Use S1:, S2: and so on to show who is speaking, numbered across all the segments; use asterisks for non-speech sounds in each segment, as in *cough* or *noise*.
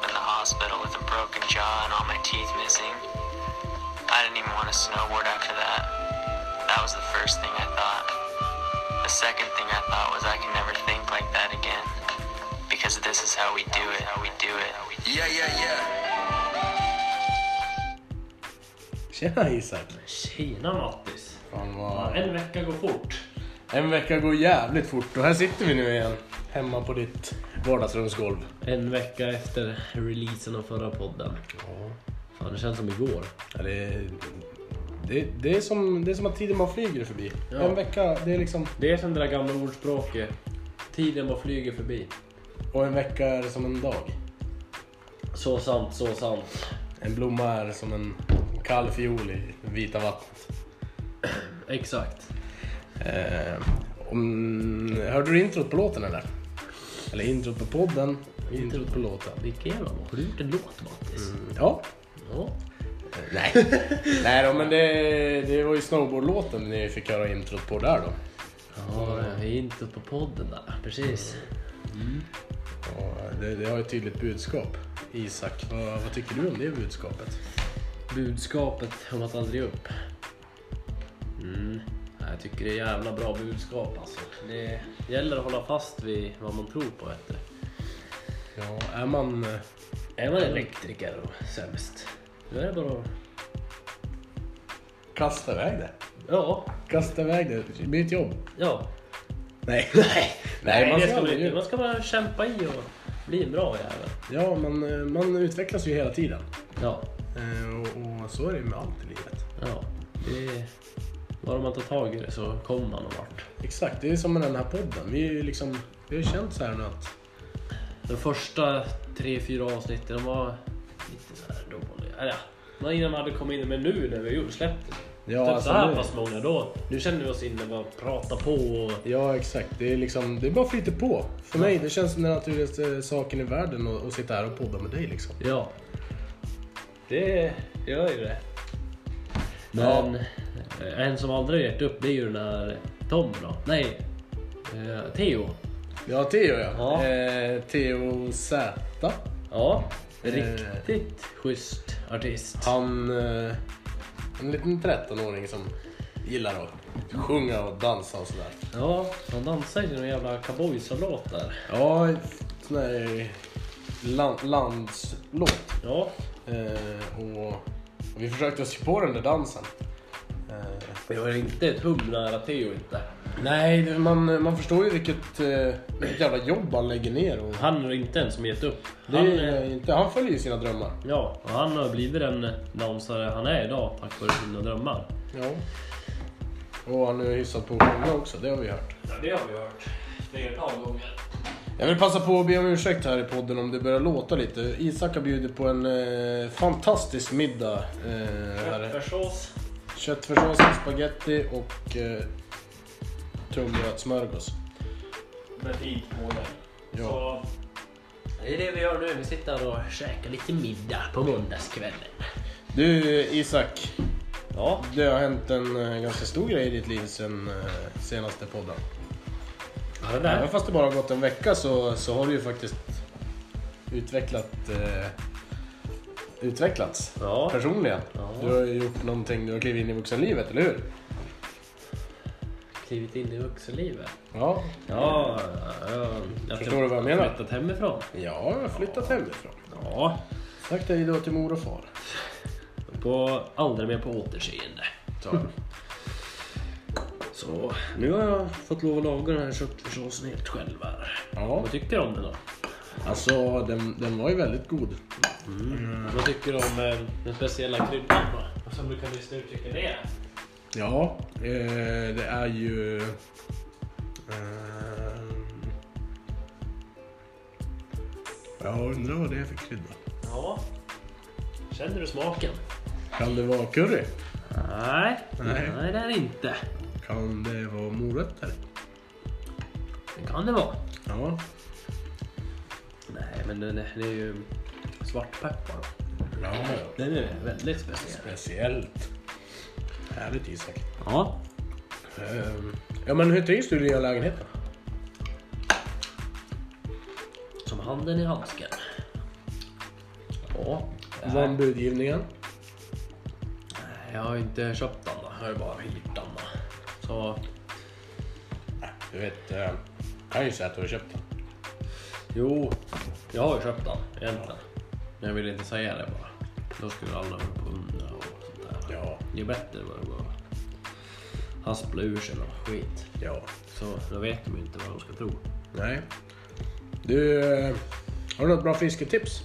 S1: hospital with a broken jaw and all my teeth missing. I didn't even want to snowboard after that. That was the first thing I thought. The second thing I thought was I can never think like that again. Because this is how we do it, how we do it, how we do it.
S2: Yeah, yeah, yeah.
S3: Tjena Isak!
S4: Tjena Mattis!
S3: Fan
S4: Ja,
S3: vad...
S4: en vecka går fort.
S3: En vecka går jävligt fort och här sitter vi nu igen. Hemma på ditt vardagsrumsgolv.
S4: En vecka efter releasen av förra podden. Fan, det känns som igår.
S3: Ja, det, det, det, är som, det är som att tiden bara flyger förbi.
S4: Ja.
S3: En vecka, det är liksom...
S4: Det är som det där gamla ordspråket. Tiden bara flyger förbi.
S3: Och en vecka är som en dag.
S4: Så sant, så sant.
S3: En blomma är som en kall fiol i vita vattnet.
S4: Exakt.
S3: Eh, om, hörde du introt på låten eller? Eller introt på podden, introt på låten.
S4: Vilken jävla låt. Har du gjort en låt Mattis?
S3: Ja.
S4: Ja.
S3: Nej. *laughs* Nej då, men det, det var ju snowboardlåten ni fick höra introt på där då.
S4: Ja, det är inte på podden där. Precis.
S3: Och det, det har ett tydligt budskap. Isak, vad, vad tycker du om det budskapet?
S4: Budskapet om att aldrig ge upp. Mm. Ja, Jag tycker det är jävla bra budskap alltså. Det gäller att hålla fast vid vad man tror på. Vet du.
S3: Ja, är man... eh,
S4: Är man elektriker och sämst, då är det bara att-
S3: Kasta iväg det.
S4: Ja,
S3: Kasta iväg det. Byt jobb.
S4: ja.
S3: Nej. *laughs* Nej,
S4: Nej,
S3: man ska
S4: det ska man,
S3: aldrig
S4: inte.
S3: ge
S4: man
S3: upp.
S4: ska bara kämpa i och bli en bra jävel.
S3: Ja, man, eh, man utvecklas ju hela tiden.
S4: Ja,
S3: Eh, Och, och så är det ju med allt i livet.
S4: ja. Det är... Bara man tar tag i det så kommer man någon vart.
S3: Exakt, det är som med den här podden. Vi är ju liksom... Vi har ju känt så här nu att...
S4: De första tre, fyra avsnitten de var lite så här dåliga. Ja, det var innan man hade kommit in, men nu när vi gjorde släppt det.
S3: Ja,
S4: typ
S3: alltså
S4: så här
S3: nu-
S4: pass många då. Nu känner vi oss inne bara prata på och...
S3: Ja, exakt. Det är, liksom, det är bara flyter på. För mig det känns som den naturligaste saken i världen att, att sitta här och podda med dig. Liksom.
S4: Ja. Det gör ju det. Men eh, en som aldrig har gett upp det är ju den här Tom då. Nej, eh, Theo.
S3: Ja, Theo ja.
S4: Ja.
S3: Eh, Theo Z.
S4: Ja,
S3: Eh.
S4: riktigt schysst artist.
S3: Han eh, en liten 13-åring som gillar att sjunga och dansa och sådär.
S4: Ja, han dansar ju till någon jävla cowboysablåt där.
S3: Ja, sån här land, landslåt.
S4: Ja,
S3: Eh, och vi försökte oss ju på den där dansen. Eh,
S4: det var inte ett hum nära Theo inte.
S3: nej, det- man, man förstår ju vilket, eh, vilket jävla jobb han lägger ner. Och,
S4: Han är inte en som gett upp.
S3: Det
S4: Han,
S3: är
S4: eh,
S3: ju inte, han följer ju sina drömmar.
S4: ja, och han har blivit den dansare han är idag tack vare sina drömmar.
S3: Ja. Och han är hyfsat på att sjunga också, det har vi hört.
S4: Ja, det har vi hört flertal gånger.
S3: Jag vill passa på att be om ursäkt här i podden om det börjar låta lite. Isak har bjudit på en eh, fantastisk middag. Eh, här.
S4: Köttfärssås.
S3: Köttfärssås, spaghetti och eh, tunnbrödssmörgås.
S4: med fint pålägg.
S3: Ja.
S4: Så det är det vi gör nu. Vi sitter här och käkar lite middag på måndagskvällen.
S3: Du Isak,
S4: Ja,
S3: det har hänt en eh, ganska stor grej i ditt liv sen eh, senaste podden.
S4: det
S3: Även fast det bara har gått en vecka så, så har du ju faktiskt utvecklat, eh, utvecklats
S4: Ja.
S3: personligen.
S4: Ja.
S3: Du har ju gjort någonting, du har klivit in i vuxenlivet, eller hur?
S4: Klivit in i vuxenlivet.
S3: Ja,
S4: Ja, jag, jag
S3: Förstår du vad jag menar?
S4: Flyttat hemifrån.
S3: ja jag har flyttat hemifrån.
S4: Ja,
S3: Sagt hej då till mor och far.
S4: på, aldrig mer på återseende.
S3: sa jag.
S4: Så nu har jag fått lov att laga den här köttfärssåsen helt själv här.
S3: Ja,
S4: Vad tycker du om den då?
S3: alltså den, den var ju väldigt god.
S4: Vad tycker du om eh, den speciella kryddan då? Som du kan lista ut vilken det är?
S3: Ja, eh, det är ju... Eh, jag undrar vad det är för krydda.
S4: Ja. Känner du smaken?
S3: Kan det vara curry?
S4: Nej,
S3: Nej.
S4: nej det är det inte.
S3: Kan det vara morötter?
S4: Det kan det vara.
S3: Ja.
S4: Nej, men den är, det är ju svartpeppar.
S3: ja.
S4: Den är väldigt speciell.
S3: Speciellt. Härligt Isak.
S4: Ja.
S3: Ehm, Ja men hur trivs du i den nya lägenheten?
S4: Som handen i handsken. Ja.
S3: Vann budgivningen.
S4: Jag har inte köpt den då. Jag har ju bara hyrt den då. Så
S3: Du vet, eh, kan ju säga att du har köpt den.
S4: jo, jag har ju köpt den egentligen. Men jag vill inte säga det bara. Då skulle alla hålla på och undra och sånt där.
S3: Ja,
S4: Ju bättre var det bara. Han spelade ur sig någon skit.
S3: ja.
S4: Så då vet de ju inte vad de ska tro.
S3: Nej. Du, eh, har du något bra fisketips?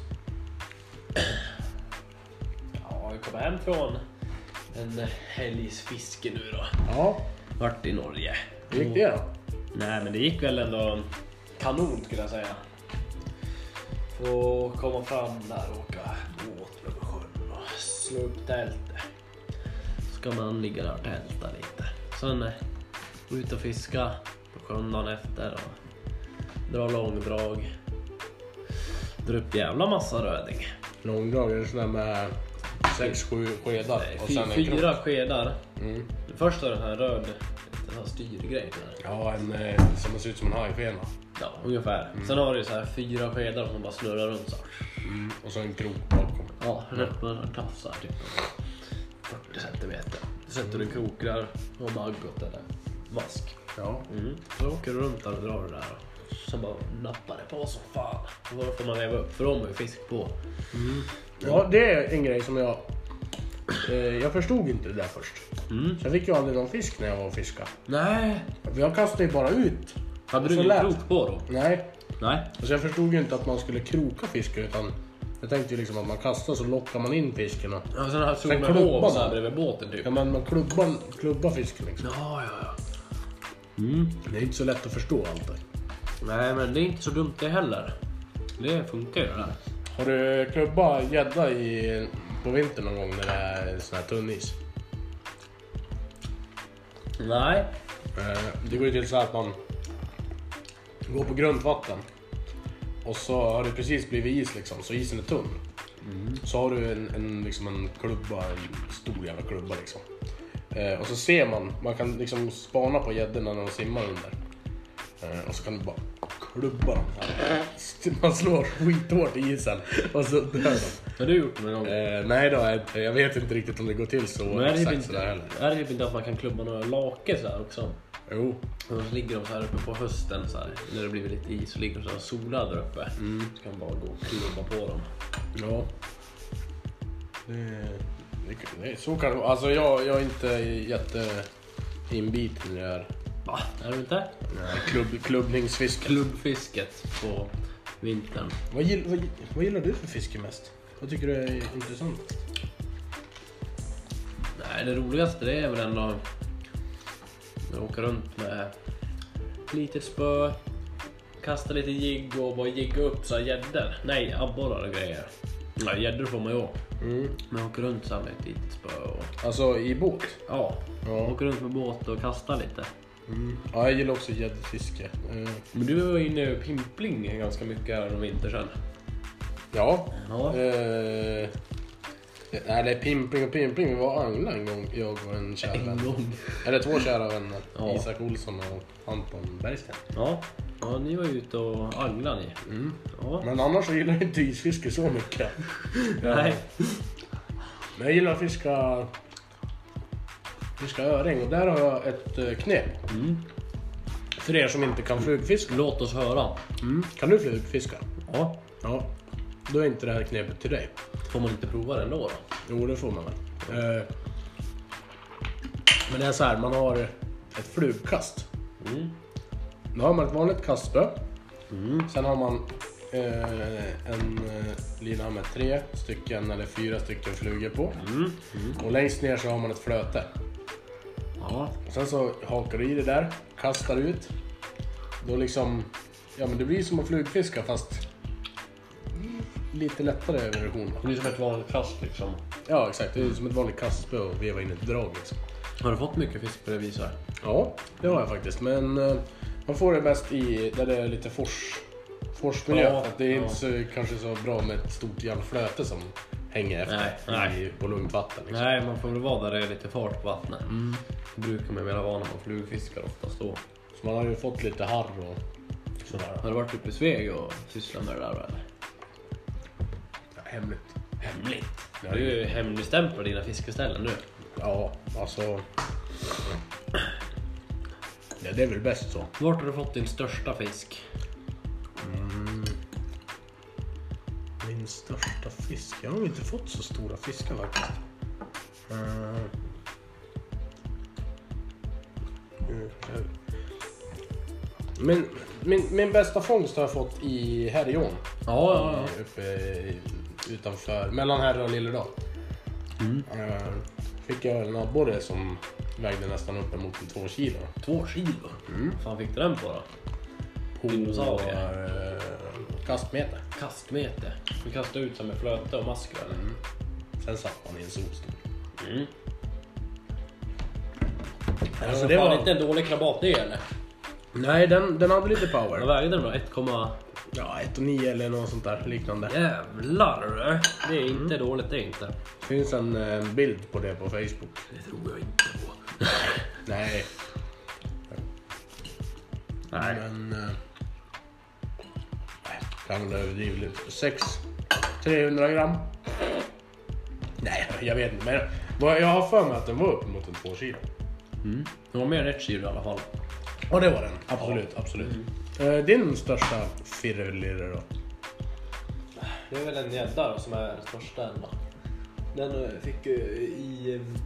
S4: Ja, vi kommer hem från en helgs fiske nu då.
S3: Ja.
S4: Vart i Norge.
S3: Hur gick det då?
S4: Nej, men det gick väl ändå kanon skulle jag säga. Få komma fram där och åka båt över sjön och slå upp tältet. Ska man ligga där och tälta lite. Sen eh, gå ut och fiska på sjön dagen efter och dra långdrag. Dra upp jävla massa röding.
S3: Långdrag, är det sådär med sex, sju skedar
S4: Nej,
S3: och
S4: fy-
S3: sen en krok?
S4: fyra skedar.
S3: Mm.
S4: Först är den här röd, den här styrgrejen. där.
S3: Ja, en eh, som ser ut som en hajskena.
S4: Ja, ungefär. Sen har du så här fyra skedar som bara snurrar runt så här.
S3: Mm. Och så en krok bakom.
S4: Ja, rätt på den tafsar typ 40 centimeter. Sätter du krokar och maggot eller mask.
S3: Ja.
S4: Mm. Så åker du runt där och drar det där. Sen bara nappar det på som fan. Och då får man leva upp för de har ju fisk på.
S3: Ja, det är en grej som jag... Eh, jag förstod inte det där först.
S4: Mm.
S3: Så jag fick ju aldrig någon fisk när jag var och fiskade.
S4: Nej!
S3: För jag kastade ju bara ut.
S4: Hade
S3: Så
S4: du ingen
S3: lätt.
S4: krok på då?
S3: Nej.
S4: Nej.
S3: Alltså jag förstod ju inte att man skulle kroka fisken utan... Jag tänkte ju liksom att man kastar så lockar man in fisken och...
S4: Ja, sen här stod
S3: Sen
S4: man
S3: klubban
S4: på så här
S3: då?
S4: bredvid båten typ.
S3: Ja men man klubbar, klubbar fisken liksom.
S4: Ja, ja, ja. Mm.
S3: Det är inte så lätt att förstå allt det.
S4: Nej, men det är inte så dumt det heller. Det funkar ju det där.
S3: Har du klubbat gädda i- på vintern någon gång när det är sån här tunn is?
S4: Nej.
S3: Eh, Det går ju till så här att man går på grundvatten och så har det precis blivit is liksom, så isen är tunn. Så har du en, en, liksom en klubba, en stor jävla klubba liksom. Eh, och så ser man, man kan liksom spana på gäddorna när de simmar under. Eh, och så kan du bara klubba dem. *laughs* Så här. Man slår skithårt i isen och så dör de.
S4: Har du gjort det någon gång?
S3: Eh, nej då, jag- jag vet inte riktigt om det går till så
S4: Men är det, typ
S3: exakt
S4: inte,
S3: sådär heller.
S4: är det typ inte att man kan klubba några lake så här också?
S3: Jo,
S4: Och så ligger de så här uppe på hösten så här, när det blir lite is så ligger de så här och solar där uppe.
S3: Mm.
S4: Så kan man bara gå och klubba på dem.
S3: Ja. Det, det, det, så kan det vara. Alltså jag, jag är inte jätteinbiten i det här
S4: Va? Är du inte?
S3: klubb, klubbningsfisket.
S4: Klubbfisket på vintern.
S3: Vad, gill, vad, gi- vad gillar du för fiske mest? Vad tycker du är intressant?
S4: Nej, det roligaste det är väl ändå att åka runt med lite spö, kasta lite jigg och bara jigga upp så här gäddor. Nej, abborrar och grejer. Nej, gäddor får man ju ha. Men åka runt så här med ett litet spö och
S3: Alltså i båt?
S4: ja,
S3: Ja.
S4: åka runt med båt och kasta lite.
S3: ja jag gillar också gäddfiske. Eh,
S4: Men du var inne på pimpling ganska mycket här om vinter sedan.
S3: ja.
S4: Ja.
S3: Eh, nej, det är pimpling och pimpling. Vi var och anglade en gång, jag och en kär
S4: En
S3: vän.
S4: gång.
S3: Eller två kära vänner.
S4: Ja.
S3: Isak Olsson och Anton Bergsten.
S4: Ja. ja, ni var ute och anglade ni. Ja.
S3: Men annars så gillar jag inte isfiske så mycket.
S4: Nej.
S3: Men jag gillar att fiska, fiska öring och där har jag ett eh, knep.
S4: Mm.
S3: För er som inte kan flugfiska.
S4: Låt oss höra.
S3: Kan du flugfiska?
S4: Ja.
S3: Ja. Då är inte det här knepet till dig.
S4: Får man inte prova det ändå då?
S3: Jo, det får man väl. Eh, Men det är så här, man har ett flugkast.
S4: Mm.
S3: Då har man ett vanligt kastspö. Sen har man eh, en eh, lina med tre stycken eller fyra stycken flugor på.
S4: Mm.
S3: Och längst ner så har man ett flöte.
S4: Ja.
S3: Och sen så hakar du i det där, kastar ut. Då liksom, ja men det blir som att flugfiska fast lite lättare version.
S4: Det blir som ett vanligt kast liksom.
S3: Ja exakt, det är som ett vanligt kastspö och veva in ett drag liksom.
S4: Har du fått mycket fisk på det viset?
S3: Ja, det har jag faktiskt. Men eh, man får det bäst i, där det är lite fors, forsmiljö.
S4: Ja,
S3: för att det är
S4: ja.
S3: inte så, kanske så bra med ett stort jävla flöte som hänger efter
S4: Nej, nej.
S3: I, på lugnt vatten. Liksom.
S4: Nej, man får väl vara där det är lite fart på vattnet. Det brukar man väl vara när man flugfiskar oftast då.
S3: Så man har ju fått lite harr och sådär.
S4: Har du varit uppe i Sveg och sysslat med det där eller?
S3: Ja, hemligt.
S4: Hemligt.
S3: Ja,
S4: Du hemligstämplar dina fiskeställen nu.
S3: Ja, alltså... Ja, det är väl bäst så.
S4: Vart har du fått din största fisk?
S3: Min största fisk? Jag har nog inte fått så stora fiskar faktiskt. Eh, mm, jag- Min, min, min bästa fångst har jag fått i Härjeån.
S4: Ja, ja, ja.
S3: Uppe i- utanför, mellan Härre och Lillerdal. Eh, Fick jag en abborre som vägde nästan uppemot två kilo.
S4: Två kilo? Vad fan fick du den på då?
S3: På
S4: Dinosaurier.
S3: eh, kastmeter.
S4: Kastmete. Du kastade ut som en flöte och mask eller?
S3: Sen satt man i en solstol.
S4: Mm.
S3: Alltså,
S4: Alltså,
S3: det
S4: det fan
S3: var-
S4: inte en dålig krabat det eller?
S3: Nej, den, den hade lite
S4: Vad
S3: power.
S4: vägde den då? 1,
S3: Ja, 1 och 9 eller något sånt där liknande.
S4: jävlar du. Det är inte dåligt det är inte.
S3: finns en eh, bild på det på Facebook.
S4: Det tror jag inte på.
S3: Nej,
S4: Nej.
S3: men... eh, Nej, kan det överdriva lite. 6 300 gram. Nej, jag vet inte. Men vad jag har för mig att den var uppemot en 2 kilo.
S4: Det var mer än ett kilo i alla fall.
S3: Ja, det var den. Absolut, absolut.
S4: Mm.
S3: Eh, Din största firrelirre då?
S4: Det är väl en gädda då som är den största än då. Den eh, fick ju i, eh,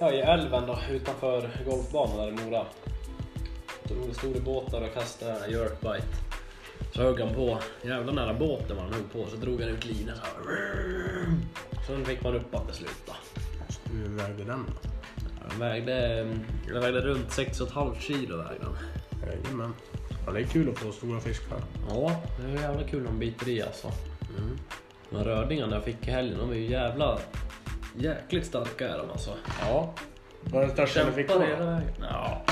S4: ja, i älven då, utanför golfbanan där i Mora. Då stod det båtar och kastade den här jerkbite. Så högg han på, jävla nära båten var han högg på, så drog han ut linan så här. Sen fick man upp han till slut då.
S3: Hur vägde den då?
S4: Den vägde, eh, den vägde runt 6,5 kilo vägde den.
S3: Jajamän. Ja, det är kul att få stora fiskar.
S4: Ja, det är jävla kul om biter i alltså.
S3: Mm.
S4: Men rödingarna jag fick i helgen, de är ju jävla... Jäkligt starka är de alltså.
S3: Ja. Var det den största du fick på?
S4: Kämpar
S3: då?
S4: hela vägen. Ja.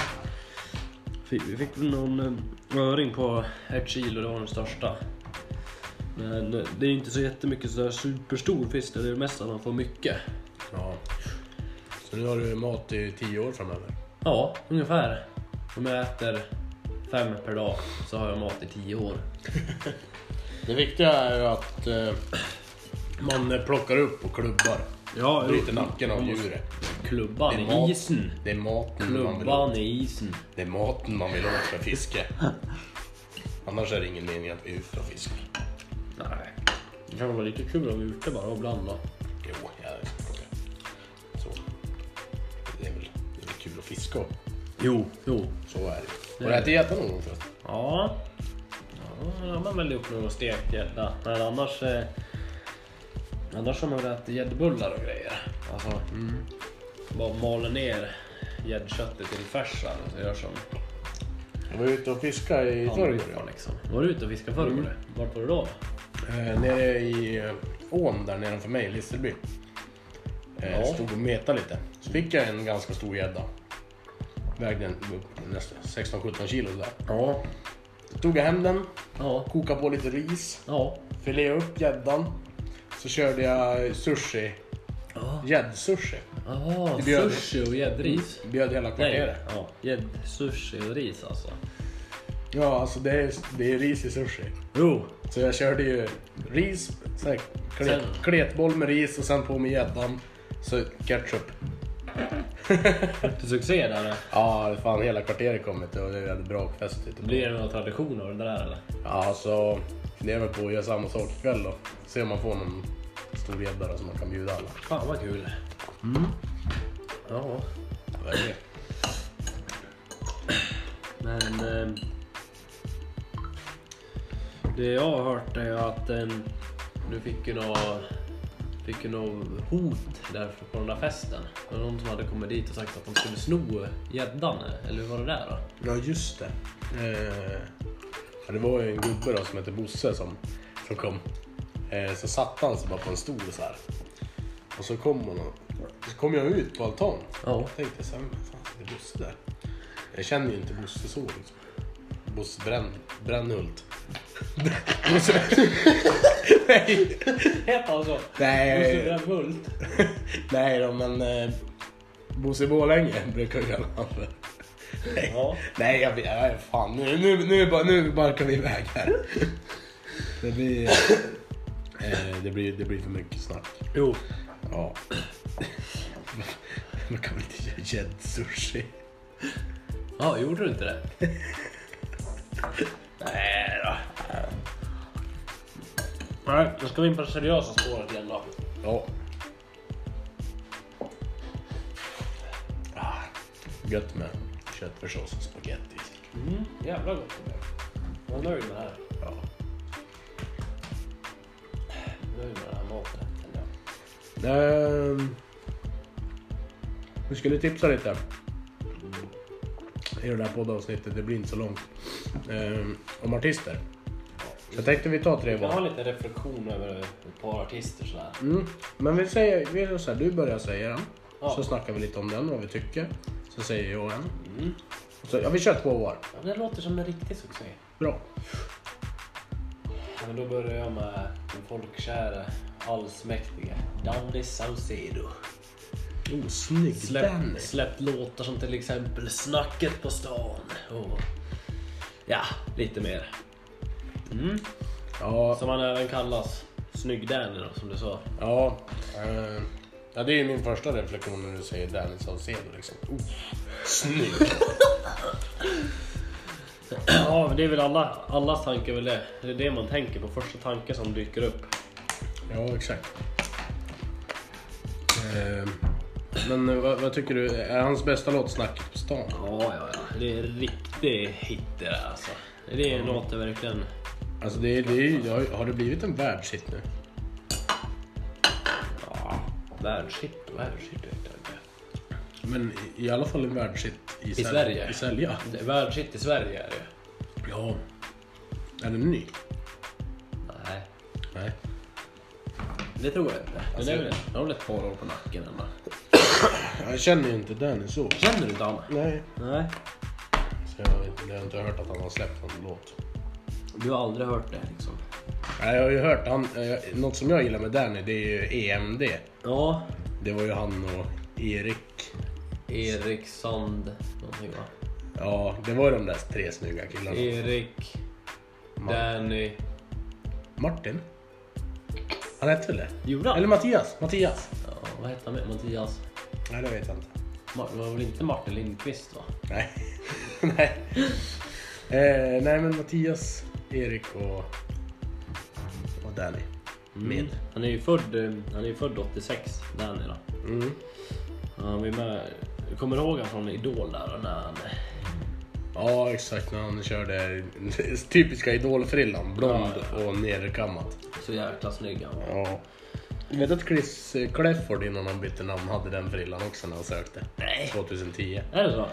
S4: Fick, vi fick väl någon eh, öring på ett kilo, det var den största. Men eh, det är inte så jättemycket sådär superstor fisk, det är mest att man får mycket.
S3: Ja. Så nu har du mat i tio år framöver?
S4: Ja, ungefär. Om jag äter fem per dag så har jag mat i tio år.
S3: Det viktiga är ju att eh, man plockar upp och klubbar.
S4: Ja,
S3: Bryter nacken av djuret.
S4: Klubban
S3: Det är
S4: i
S3: mat.
S4: isen.
S3: Det är maten man vill åt.
S4: Klubban i isen.
S3: Det är maten man vill åt för fiske. Annars är det ingen mening att vi är ute och fiskar.
S4: Nej. Det kan vara lite kul om vi är ute bara ibland då.
S3: Jo, jag frågar. Så. Det är väl det är väl kul att fiska och
S4: Jo, jo.
S3: Så är det. Har du ätit gädda någon gång förresten?
S4: Ja. Ja, då har man väl gjort någon stekt gädda. Men annars... Eh, annars har man väl ätit gäddbullar och grejer. Alltså, bara maler ner gäddköttet till färsen och så gör som
S3: Jag var ute och fiskade i förrgår.
S4: hamburgare liksom. Var du ute och fiskade förr? Mm. Vart var du då?
S3: Eh, nere i eh, ån där nedanför mig, i Listerby. Eh,
S4: Ja.
S3: Stod och metade lite. Så fick jag en ganska stor gädda. Vägde en- upp nästan 16-17 kilo sådär.
S4: Ja.
S3: Så tog jag hem den,
S4: Ja.
S3: kokade på lite ris,
S4: Ja.
S3: fileade upp gäddan. Så körde jag sushi,
S4: Ja.
S3: gäddsushi.
S4: Jaha,
S3: Det bjöd-
S4: sushi och gäddris.
S3: Bjöd hela
S4: Mm. Nej,
S3: kvarteret.
S4: ja. gäddsushi och ris alltså.
S3: Ja, alltså det är, det är ris i sushi.
S4: Jo,
S3: Så jag körde ju ris, så här, klet,
S4: Sen-
S3: kletboll med ris och sen på med gäddan. Så ketchup.
S4: till succé där. eh.
S3: Ja, fan hela kvarteret kom hit och det hade bra fest. ute på-
S4: Blir det någon tradition av det där eller?
S3: Ja, så funderar vi på att göra samma sak ikväll då. Se om man får någon stor gädda då som man kan bjuda alla.
S4: Fan vad kul. Mm. Ja,
S3: Vad är det?
S4: men... ehm, det jag har hört är att ehm, du fick ju nå fick ju nå hot där på den där festen. Det var någon som hade kommit dit och sagt att de skulle sno gäddan, eller hur var det där då?
S3: Ja, just det. Eh, ja, det var ju en gubbe då som hette Bosse som, som kom. Eh, så satte han sig bara på en stol så här. Och så kom hon och, så kom jag ut på altan.
S4: Ja.
S3: Jag
S4: *laughs*
S3: tänkte så här, men fan det är Bosse där. Jag känner ju inte Bosse så liksom. Bosse Bränn, Brännhult. *laughs* Bosse... Nej.
S4: Hette han så?
S3: Nej,
S4: Brännhult?
S3: nej då, men eh, Bosse Borlänge brukar jag kalla honom för. Nej,
S4: Ja.
S3: nej jag vet nej, fan nu, nu, nu, bara- nu barkar vi iväg här. Det blir... Eh, det, blir, det blir för mycket snack.
S4: Jo.
S3: Ja. *laughs* Man kan väl inte göra gäddsushi?
S4: Ja, gjorde du inte *laughs* det? Nej då. Nej, då ska vi in på det seriösa spåret igen då.
S3: Ja. Ah, gött med köttfärssås och spagetti.
S4: Mm, jävla gott det blev. Jag är nöjd med det här.
S3: Ja.
S4: Nöjd med den här maten. känner jag.
S3: Ehm, vi skulle tipsa lite. I det där poddavsnittet, det blir inte så långt. Ehm, om artister. Så jag tänkte vi tar tre
S4: Jag har
S3: var.
S4: lite reflektion över ett par artister sådär.
S3: Mm. Men vi säger, vi gör så här, du börjar säga den.
S4: Ja.
S3: Så snackar vi lite om den, vad vi tycker. Så säger jag en.
S4: Mm.
S3: Så, ja, vi kör två var.
S4: Ja, det låter som en riktig succé.
S3: Bra.
S4: Ja, Men då börjar jag med den folkkäre, allsmäktige Danny Saucedo.
S3: Oh, snygg
S4: Släpp,
S3: Danny.
S4: släppt låtar som till exempel Snacket på stan och ja, lite mer. Mm.
S3: Ja,
S4: Som han även kallas. Snygg Danny då, som du sa.
S3: ja, eh, ja, det är ju min första reflektion när du säger Danny Saucedo. Liksom. Oh, snygg.
S4: Ja, men det är väl alla, allas tanke väl det. Det är det man tänker på, första tanke som dyker upp.
S3: Ja, exakt. Ehm, Men eh, vad, vad tycker du, är hans bästa låt Snacket på stan?
S4: Ja, ja, ja. Det är en riktig hit det där alltså. Det är en låt jag verkligen...
S3: Alltså det, är- det, är ju- det har, har det blivit en världshit nu?
S4: Ja, världshit, världshit vet jag inte.
S3: Men i, i alla fall en världshit i, sälj-
S4: Sverige.
S3: I Sälja.
S4: Det är Världshit i Sverige är det ju.
S3: Ja. Är den ny?
S4: Nej,
S3: Nej.
S4: det tror jag inte.
S3: Alltså-
S4: Den är väl, den har väl ett par år på nacken ändå.
S3: Jag känner ju inte Danny så.
S4: Känner du inte han?
S3: Nej.
S4: Nej.
S3: Så jag, vet inte, jag har inte hört att han har släppt någon låt.
S4: Du har aldrig hört det liksom?
S3: Nej, jag har ju hört, han, eh, något som jag gillar med Danny det är ju E EMD.
S4: Ja.
S3: Det var ju han och Erik.
S4: Erik Sand någonting va?
S3: Ja, det var ju de där tre snygga killarna.
S4: E- Erik,
S3: Man-
S4: Danny.
S3: Martin? Han hette väl det?
S4: Gjorde han?
S3: Eller Mattias? Mattias?
S4: Ja, vad hette han med? Mattias?
S3: Nej, det vet jag inte.
S4: Mar- det var väl inte Martin Lindqvist va?
S3: Nej. *laughs* nej. Eh, nej, men Mattias, Erik och, och Danny. Med.
S4: Han är ju född, eh, han är ju född 86, Danny då.
S3: Mm.
S4: Han är med, jag kommer ihåg han från Idol där och när han...
S3: Ja, exakt. När han körde *laughs* typiska idolfrillan. Blond och nerkammat.
S4: Så jäkla snygg han var.
S3: Ja. Jag vet att Chris eh, Clefford innan han bytte namn hade den frillan också när han sökte.
S4: Nej.
S3: 2010.
S4: Är det så?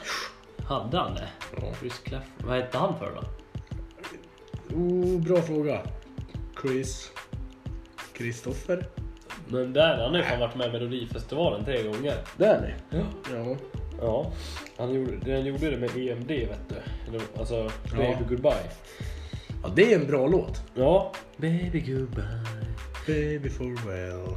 S4: Hade han det?
S3: Ja.
S4: Chris Cleff. Vad hette han för då?
S3: Oh, bra fråga. Chris. Kristoffer?
S4: Men där, han har ju fan varit med i Melodifestivalen tre gånger.
S3: Danny?
S4: Ja.
S3: Ja.
S4: Ja, han gjorde, han gjorde det med EMD vet du. Eller, Alltså, Baby
S3: Ja.
S4: Goodbye.
S3: Ja, det är en bra låt.
S4: Ja. Baby Goodbye.
S3: Baby farewell,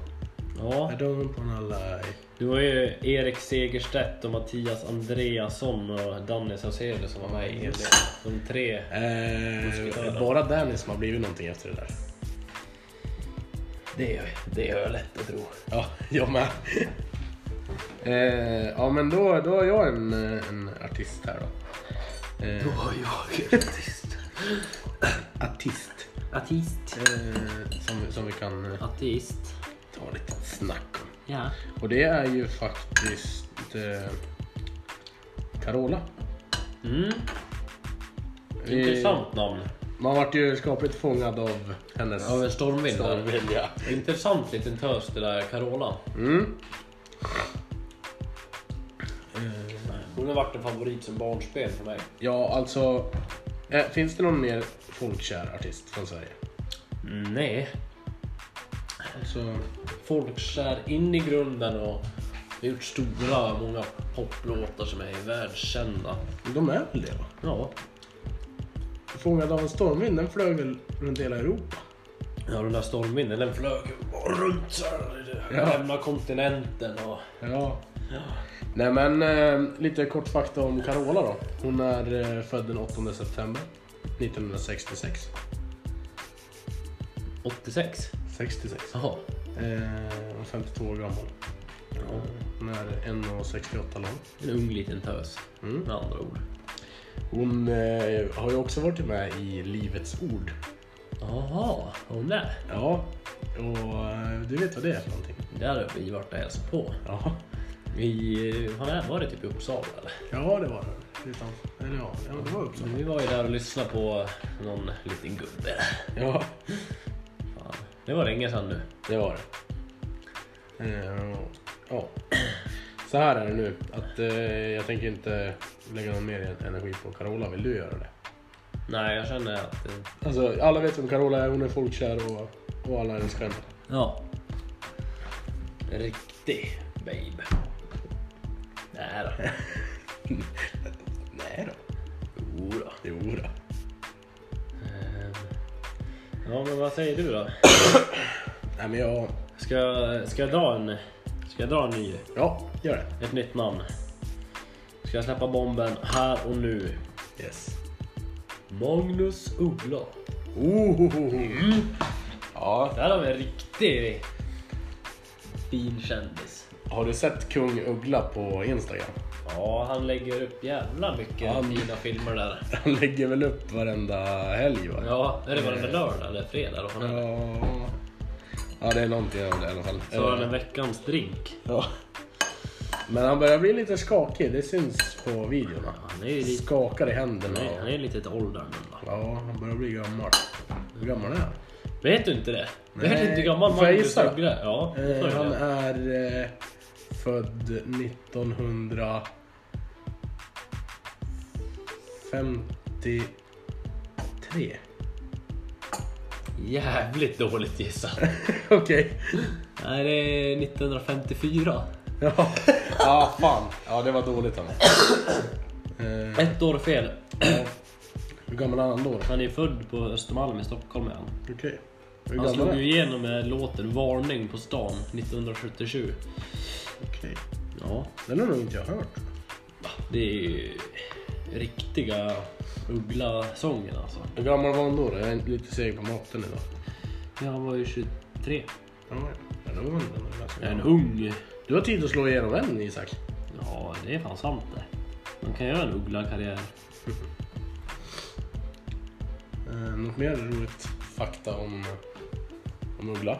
S4: Ja,
S3: I don't wanna lie.
S4: det var ju Erik Segerstedt och Mattias Andreasson och Danny Saucedo som var med i EMD. De tre.
S3: Eh, bara Danny som har blivit någonting efter det där.
S4: Det är, det är jag lätt att tro.
S3: Ja, jag *laughs* med. Eh, ja, men då, då har jag en, eh, en artist här då. Eh,
S4: Vad jag är artist.
S3: artist.
S4: Artist.
S3: Eh, som, som vi kan eh,
S4: Artist.
S3: ta lite snack om.
S4: Ja.
S3: Och det är ju faktiskt eh, Carola.
S4: Mm.
S3: Vi-
S4: Intressant namn.
S3: Man vart ju skapligt fångad av hennes
S4: Av en stormvind. där.
S3: vilja.
S4: Intressant liten tös det där Carola.
S3: Mm.
S4: Eh, Hon har varit en favorit som barnspel för mig.
S3: Ja, alltså. eh, Finns det någon mer folkkär artist från Sverige?
S4: nej.
S3: Alltså,
S4: Folkkär in i grunden och det har gjort stora, många poplåtar som är världskända.
S3: de är väl det va?
S4: Ja.
S3: Fångad av en stormvind, den flög väl runt hela Europa?
S4: Ja, den där stormvinden den flög ju bara runt så här.
S3: Ja.
S4: Lämna kontinenten och...
S3: Ja. Nej men, eh, lite kort fakta om Carola då. Hon är eh, född den 8 september 1966.
S4: 86?
S3: 66.
S4: Jaha.
S3: Eh, 52 år gammal.
S4: Ja.
S3: Hon är 1,68 lång.
S4: En ung liten tös,
S3: Mm.
S4: med andra ord.
S3: Hon eh, har ju också varit med i Livets Ord.
S4: Jaha, hon där.
S3: Ja, och eh, du vet vad det är för någonting?
S4: Där har vi varit och hälsat på.
S3: Ja,
S4: Vi, har det varit typ i Uppsala eller?
S3: ja det var det. Utan, eller ja, ja, det var Uppsala.
S4: Men vi var ju där och lyssnade på någon liten gubbe.
S3: Ja,
S4: Fan. Det var länge sedan nu.
S3: det var det. Eh, och- ja. Så här är det nu. Att, eh, jag tänker inte lägga någon mer energi på Carola. Vill du göra det?
S4: Nej, jag känner att... eh,
S3: Alltså, alla vet vem Carola är. Hon är folkkär och, och alla är hennes skämt.
S4: Ja. En Riktig babe. Nej då.
S3: Nej då.
S4: Jo då.
S3: Jo då.
S4: Ehm. Ja, men vad säger du då?
S3: Nej men jag...
S4: Ska jag, ska jag dra en... Ska jag dra en ny?
S3: Ja, gör det.
S4: Ett nytt namn? Ska jag släppa bomben här och nu?
S3: Yes.
S4: Magnus Uggla.
S3: Ohohoho. Mm. Ja,
S4: Där har vi en riktig fin kändis.
S3: har du sett Kung Uggla på Instagram?
S4: Ja, han lägger upp jävla mycket
S3: Han-
S4: fina filmer där.
S3: Han lägger väl upp varenda helg va?
S4: Ja, är det varenda lördag eller fredag? Då? Ja.
S3: Ja, ja det är någonting av det i alla fall.
S4: Så har han en
S3: Eh,
S4: veckans drink.
S3: ja. Men han börjar bli lite skakig, det syns på videorna.
S4: Han är ju lite,
S3: Skakar i händerna.
S4: han är, han är lite till åldern nu då.
S3: Ja, han börjar bli gammal. Hur gammal är han?
S4: Vet du inte det? Det
S3: Nej.
S4: är lite gammal
S3: Får jag
S4: Magnus
S3: gissa då?
S4: Uggla. Ja,
S3: Eh,
S4: han
S3: han
S4: är...
S3: är eh, född 1953.
S4: Jävligt
S3: *laughs*
S4: dåligt gissat.
S3: *laughs* Okej.
S4: Nej, det är 1954.
S3: Ja. ja, fan. Ja, det var dåligt han. Eh,
S4: Ett år fel.
S3: hur gammal är han då?
S4: Han är född på Östermalm i Stockholm. är Han,
S3: Okej. Hur
S4: han
S3: gammal är
S4: slog
S3: han?
S4: ju igenom med låten Varning på stan 1977.
S3: Okej.
S4: Ja,
S3: Den har nog inte jag hört.
S4: det är ju riktiga Uggla-sången alltså.
S3: Hur gammal var han då? då? Jag är lite seg på matten idag.
S4: Ja, han var ju 23.
S3: Ja, ja, då var han den där ganska
S4: En
S3: gammal.
S4: ung...
S3: Du har tid att slå igenom den Isak.
S4: Ja, det är fan sant det. Man kan göra en Uggla-karriär.
S3: Eh, något mer roligt fakta om, om *laughs* Uggla?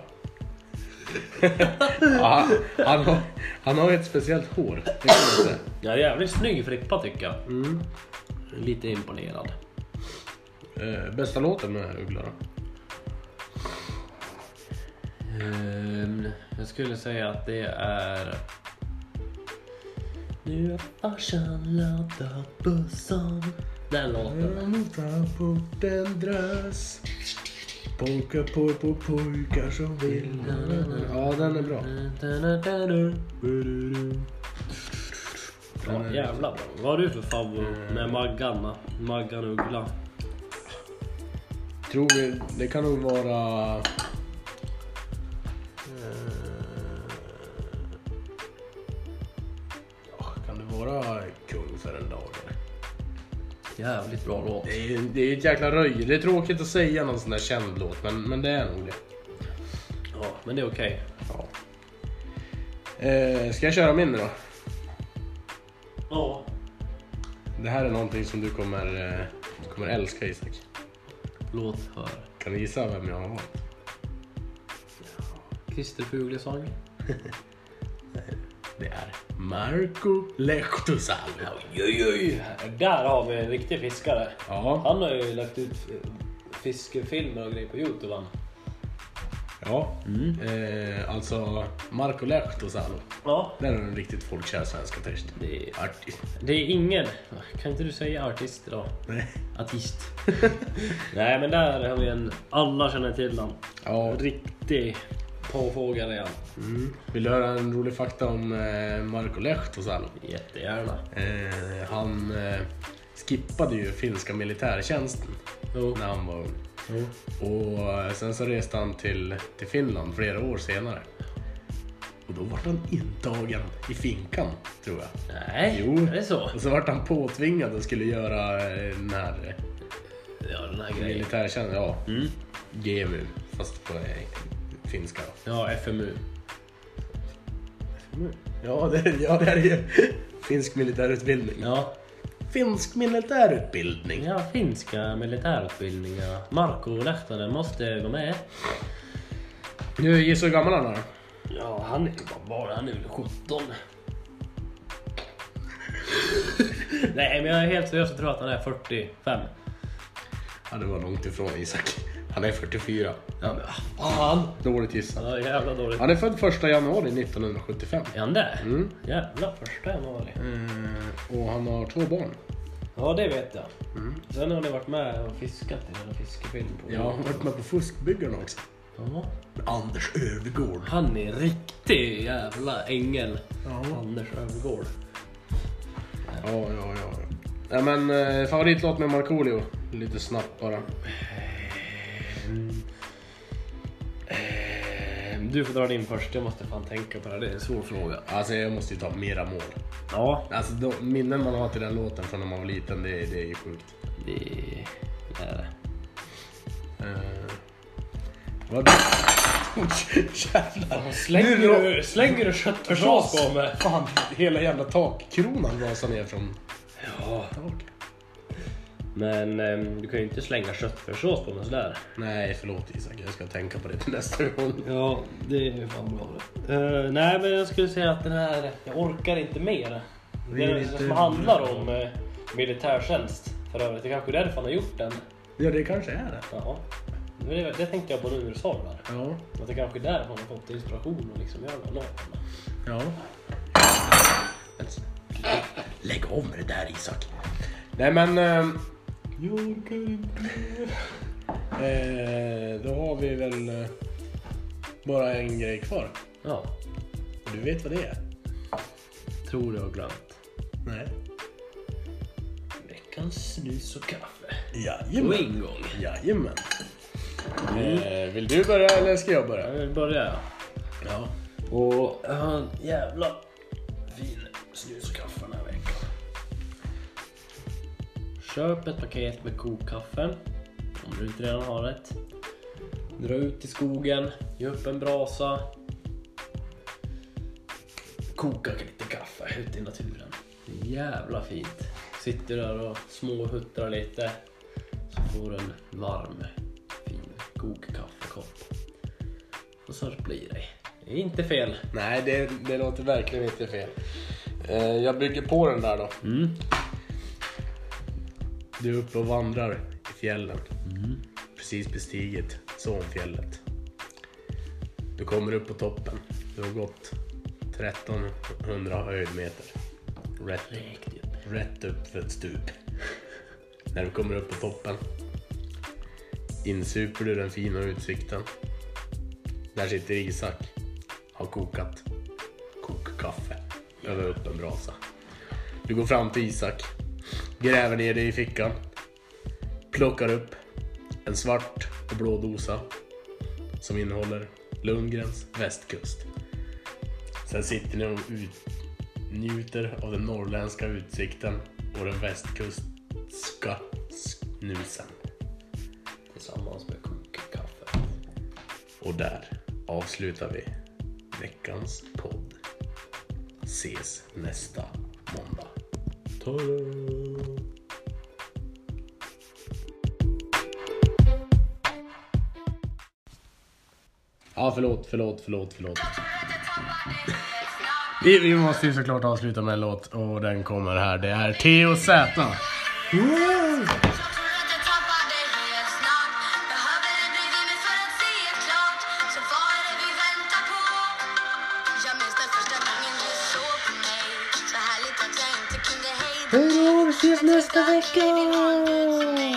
S3: ja, han, har, han har ju ett speciellt hår. Det kan man säga.
S4: Ja, jävligt snygg Frippa tycker jag. Lite imponerad.
S3: Eh, bästa låten med Uggla då?
S4: Ehm, jag skulle säga att det är... Nu har farsan laddat bussen. Den låten.
S3: Mota bort en drös Polka på på pojkar som vill Ja, den är bra.
S4: Mm. Ja, jävlar bra. Vad har du för favorit med Maggan? va? Maggan Uggla.
S3: Tror vi, det kan nog vara... eh, ja, Kan det vara Kung för en dag? eller?
S4: Jävligt bra låt.
S3: Det är, det är ett jäkla röj. Det är tråkigt att säga någon sån där känd låt, men, men det är nog det.
S4: Ja, men det är okej.
S3: Ja. Eh, ska jag köra min nu då?
S4: Ja.
S3: Det här är någonting som du kommer, eh, kommer älska Isak.
S4: Låt höra.
S3: Kan du gissa vem jag har valt?
S4: Christer Fuglesang.
S3: Det är Marco Lehtosalo.
S4: Där har vi en riktig fiskare.
S3: Ja,
S4: Han har ju lagt ut eh, fiskefilmer och grejer på Youtube. Han.
S3: ja. Eh, alltså Marco Lehtosalo.
S4: Ja.
S3: Där är en riktigt folkkär svensk artist.
S4: Det är,
S3: Artist.
S4: det är ingen... Kan inte du säga artist då?
S3: Nej.
S4: *laughs* Artist. Nej men där har vi en... Alla känner till han.
S3: Ja.
S4: Riktig påfågare är han.
S3: Mm. Vill du höra en rolig fakta om eh, Marco Lehtosalo?
S4: Jättegärna.
S3: Eh, han eh, skippade ju finska militärtjänsten
S4: Jo.
S3: när han var ung.
S4: Jo.
S3: Och eh, sen så reste han till, till Finland flera år senare. Och då var han intagen i finkan, tror jag.
S4: Nej,
S3: Jo.
S4: är det så?
S3: Och så vart han påtvingad att skulle göra eh, den här eh,
S4: Ja, den här grejen.
S3: Mm. militärtjänsten, ja. GMU. Fast på eh, finska då.
S4: Ja, FMU.
S3: Ja, det, ja, det är ju finsk militärutbildning.
S4: Ja,
S3: Finsk militärutbildning.
S4: ja finska militärutbildningar. Marko Lehtonen måste gå med.
S3: Du, gissa hur gammal han är?
S4: Ja, han är ju bara barn. Han är väl 17. *laughs* Nej, men jag är helt seriös och tror att han är 45.
S3: Ja, det var långt ifrån Isak. Han är 44.
S4: Ja, men vad fan.
S3: Dåligt gissat.
S4: Ja, jävla dåligt.
S3: Han är född 1 januari 1975.
S4: Är han det?
S3: Mm.
S4: Jävla första januari.
S3: Och han har två barn.
S4: Ja, det vet jag. Sen har ni varit med och fiskat i den här fiskefilmen. på-
S3: Ja, han har varit med på Fuskbyggarna också.
S4: Ja.
S3: Anders Öfvergård.
S4: Han är riktig jävla ängel.
S3: Ja.
S4: Anders Öfvergård.
S3: Ja, ja, ja. ja men, eh, favoritlåt med Markoolio? Lite snabbt bara.
S4: Eh, Du får dra din först, jag måste fan tänka på det. här. Det är en svår fråga.
S3: Alltså jag måste ju ta Mera mål.
S4: Ja.
S3: Alltså de minnen man har till den låten från när man var liten, det, det är ju sjukt.
S4: Det är det.
S3: Eh, vad... Oj, jävlar.
S4: Slänger
S3: Nu
S4: du, slänger du köttfärssås på mig?
S3: *laughs* Fan, hela jävla takkronan rasar ner från
S4: Ja.
S3: taket.
S4: Men ehm, du kan ju inte slänga köttfärssås på mig sådär.
S3: Nej, förlåt Isak. Jag ska tänka på det till nästa gång.
S4: Ja, det är fan bra det. Eh, nej, men jag skulle säga att den här, jag orkar inte mer. Det
S3: är
S4: är den
S3: lite-
S4: som handlar om uh, militärtjänst för övrigt. Det är kanske är därför han har gjort den.
S3: Ja, det kanske är det.
S4: Ja. Det, det tänkte jag på nu när du sa det där.
S3: Ja.
S4: Att det kanske är där han har fått inspiration och liksom göra den här låten.
S3: Ja. Lägg av med det där Isak. Nej men... ehm, Jag orkar inte. Eh, då har vi väl eh, bara en grej kvar.
S4: Ja,
S3: Och Du vet vad det är?
S4: tror jag har glömt.
S3: Nej.
S4: Veckans snus och kaffe. På
S3: Jajamän.
S4: en gång.
S3: Jajamän. Eh, vill du börja eller ska jag
S4: Jag
S3: börja?
S4: vill börja.
S3: Ja.
S4: Och jag har en jävla fin snus och kaffe den här veckan. Köp ett paket med kokkaffe, om du inte redan har ett. Dra ut i skogen, ge upp en brasa. Koka lite kaffe ute i naturen. Jävla fint. Sitter där och småhuttrar lite. Så får du en varm, fin kokkaffekopp. Och så blir det. Det är inte fel.
S3: Nej, det, det låter verkligen inte fel. Eh, jag bygger på den där då.
S4: Mm.
S3: Du är uppe och vandrar i fjällen.
S4: Mm.
S3: Precis bestigit Sonfjället. Du kommer upp på toppen. Du har gått 1300 höjdmeter. Rätt,
S4: Riktigt.
S3: rätt upp för ett stup. När du kommer upp på toppen insuper du den fina utsikten. Där sitter Isak. Har kokat kokkaffe över upp en brasa. Du går fram till Isak, gräver ner dig i fickan, plockar upp en svart och blå dosa som innehåller Lundgrens västkust. Sen sitter ni och ut, njuter av den norrländska utsikten och den västkustska snusen.
S4: Tillsammans med kokkaffe.
S3: Och där avslutar vi veckans podd. Ses nästa måndag. Ta-da! Ja, förlåt, förlåt, förlåt, förlåt. Vi, vi måste ju såklart avsluta med en låt och den kommer här. Det är Theo Z. Mm.
S2: Jag trodde att jag tappade helt snart Behöver det bredvid mig för att se klart Så vad är det vi väntar på? Jag minns den första gången du såg på mig Så härligt att jag inte kunde hejda dig
S3: Hej då, vi ses
S2: nästa vecka!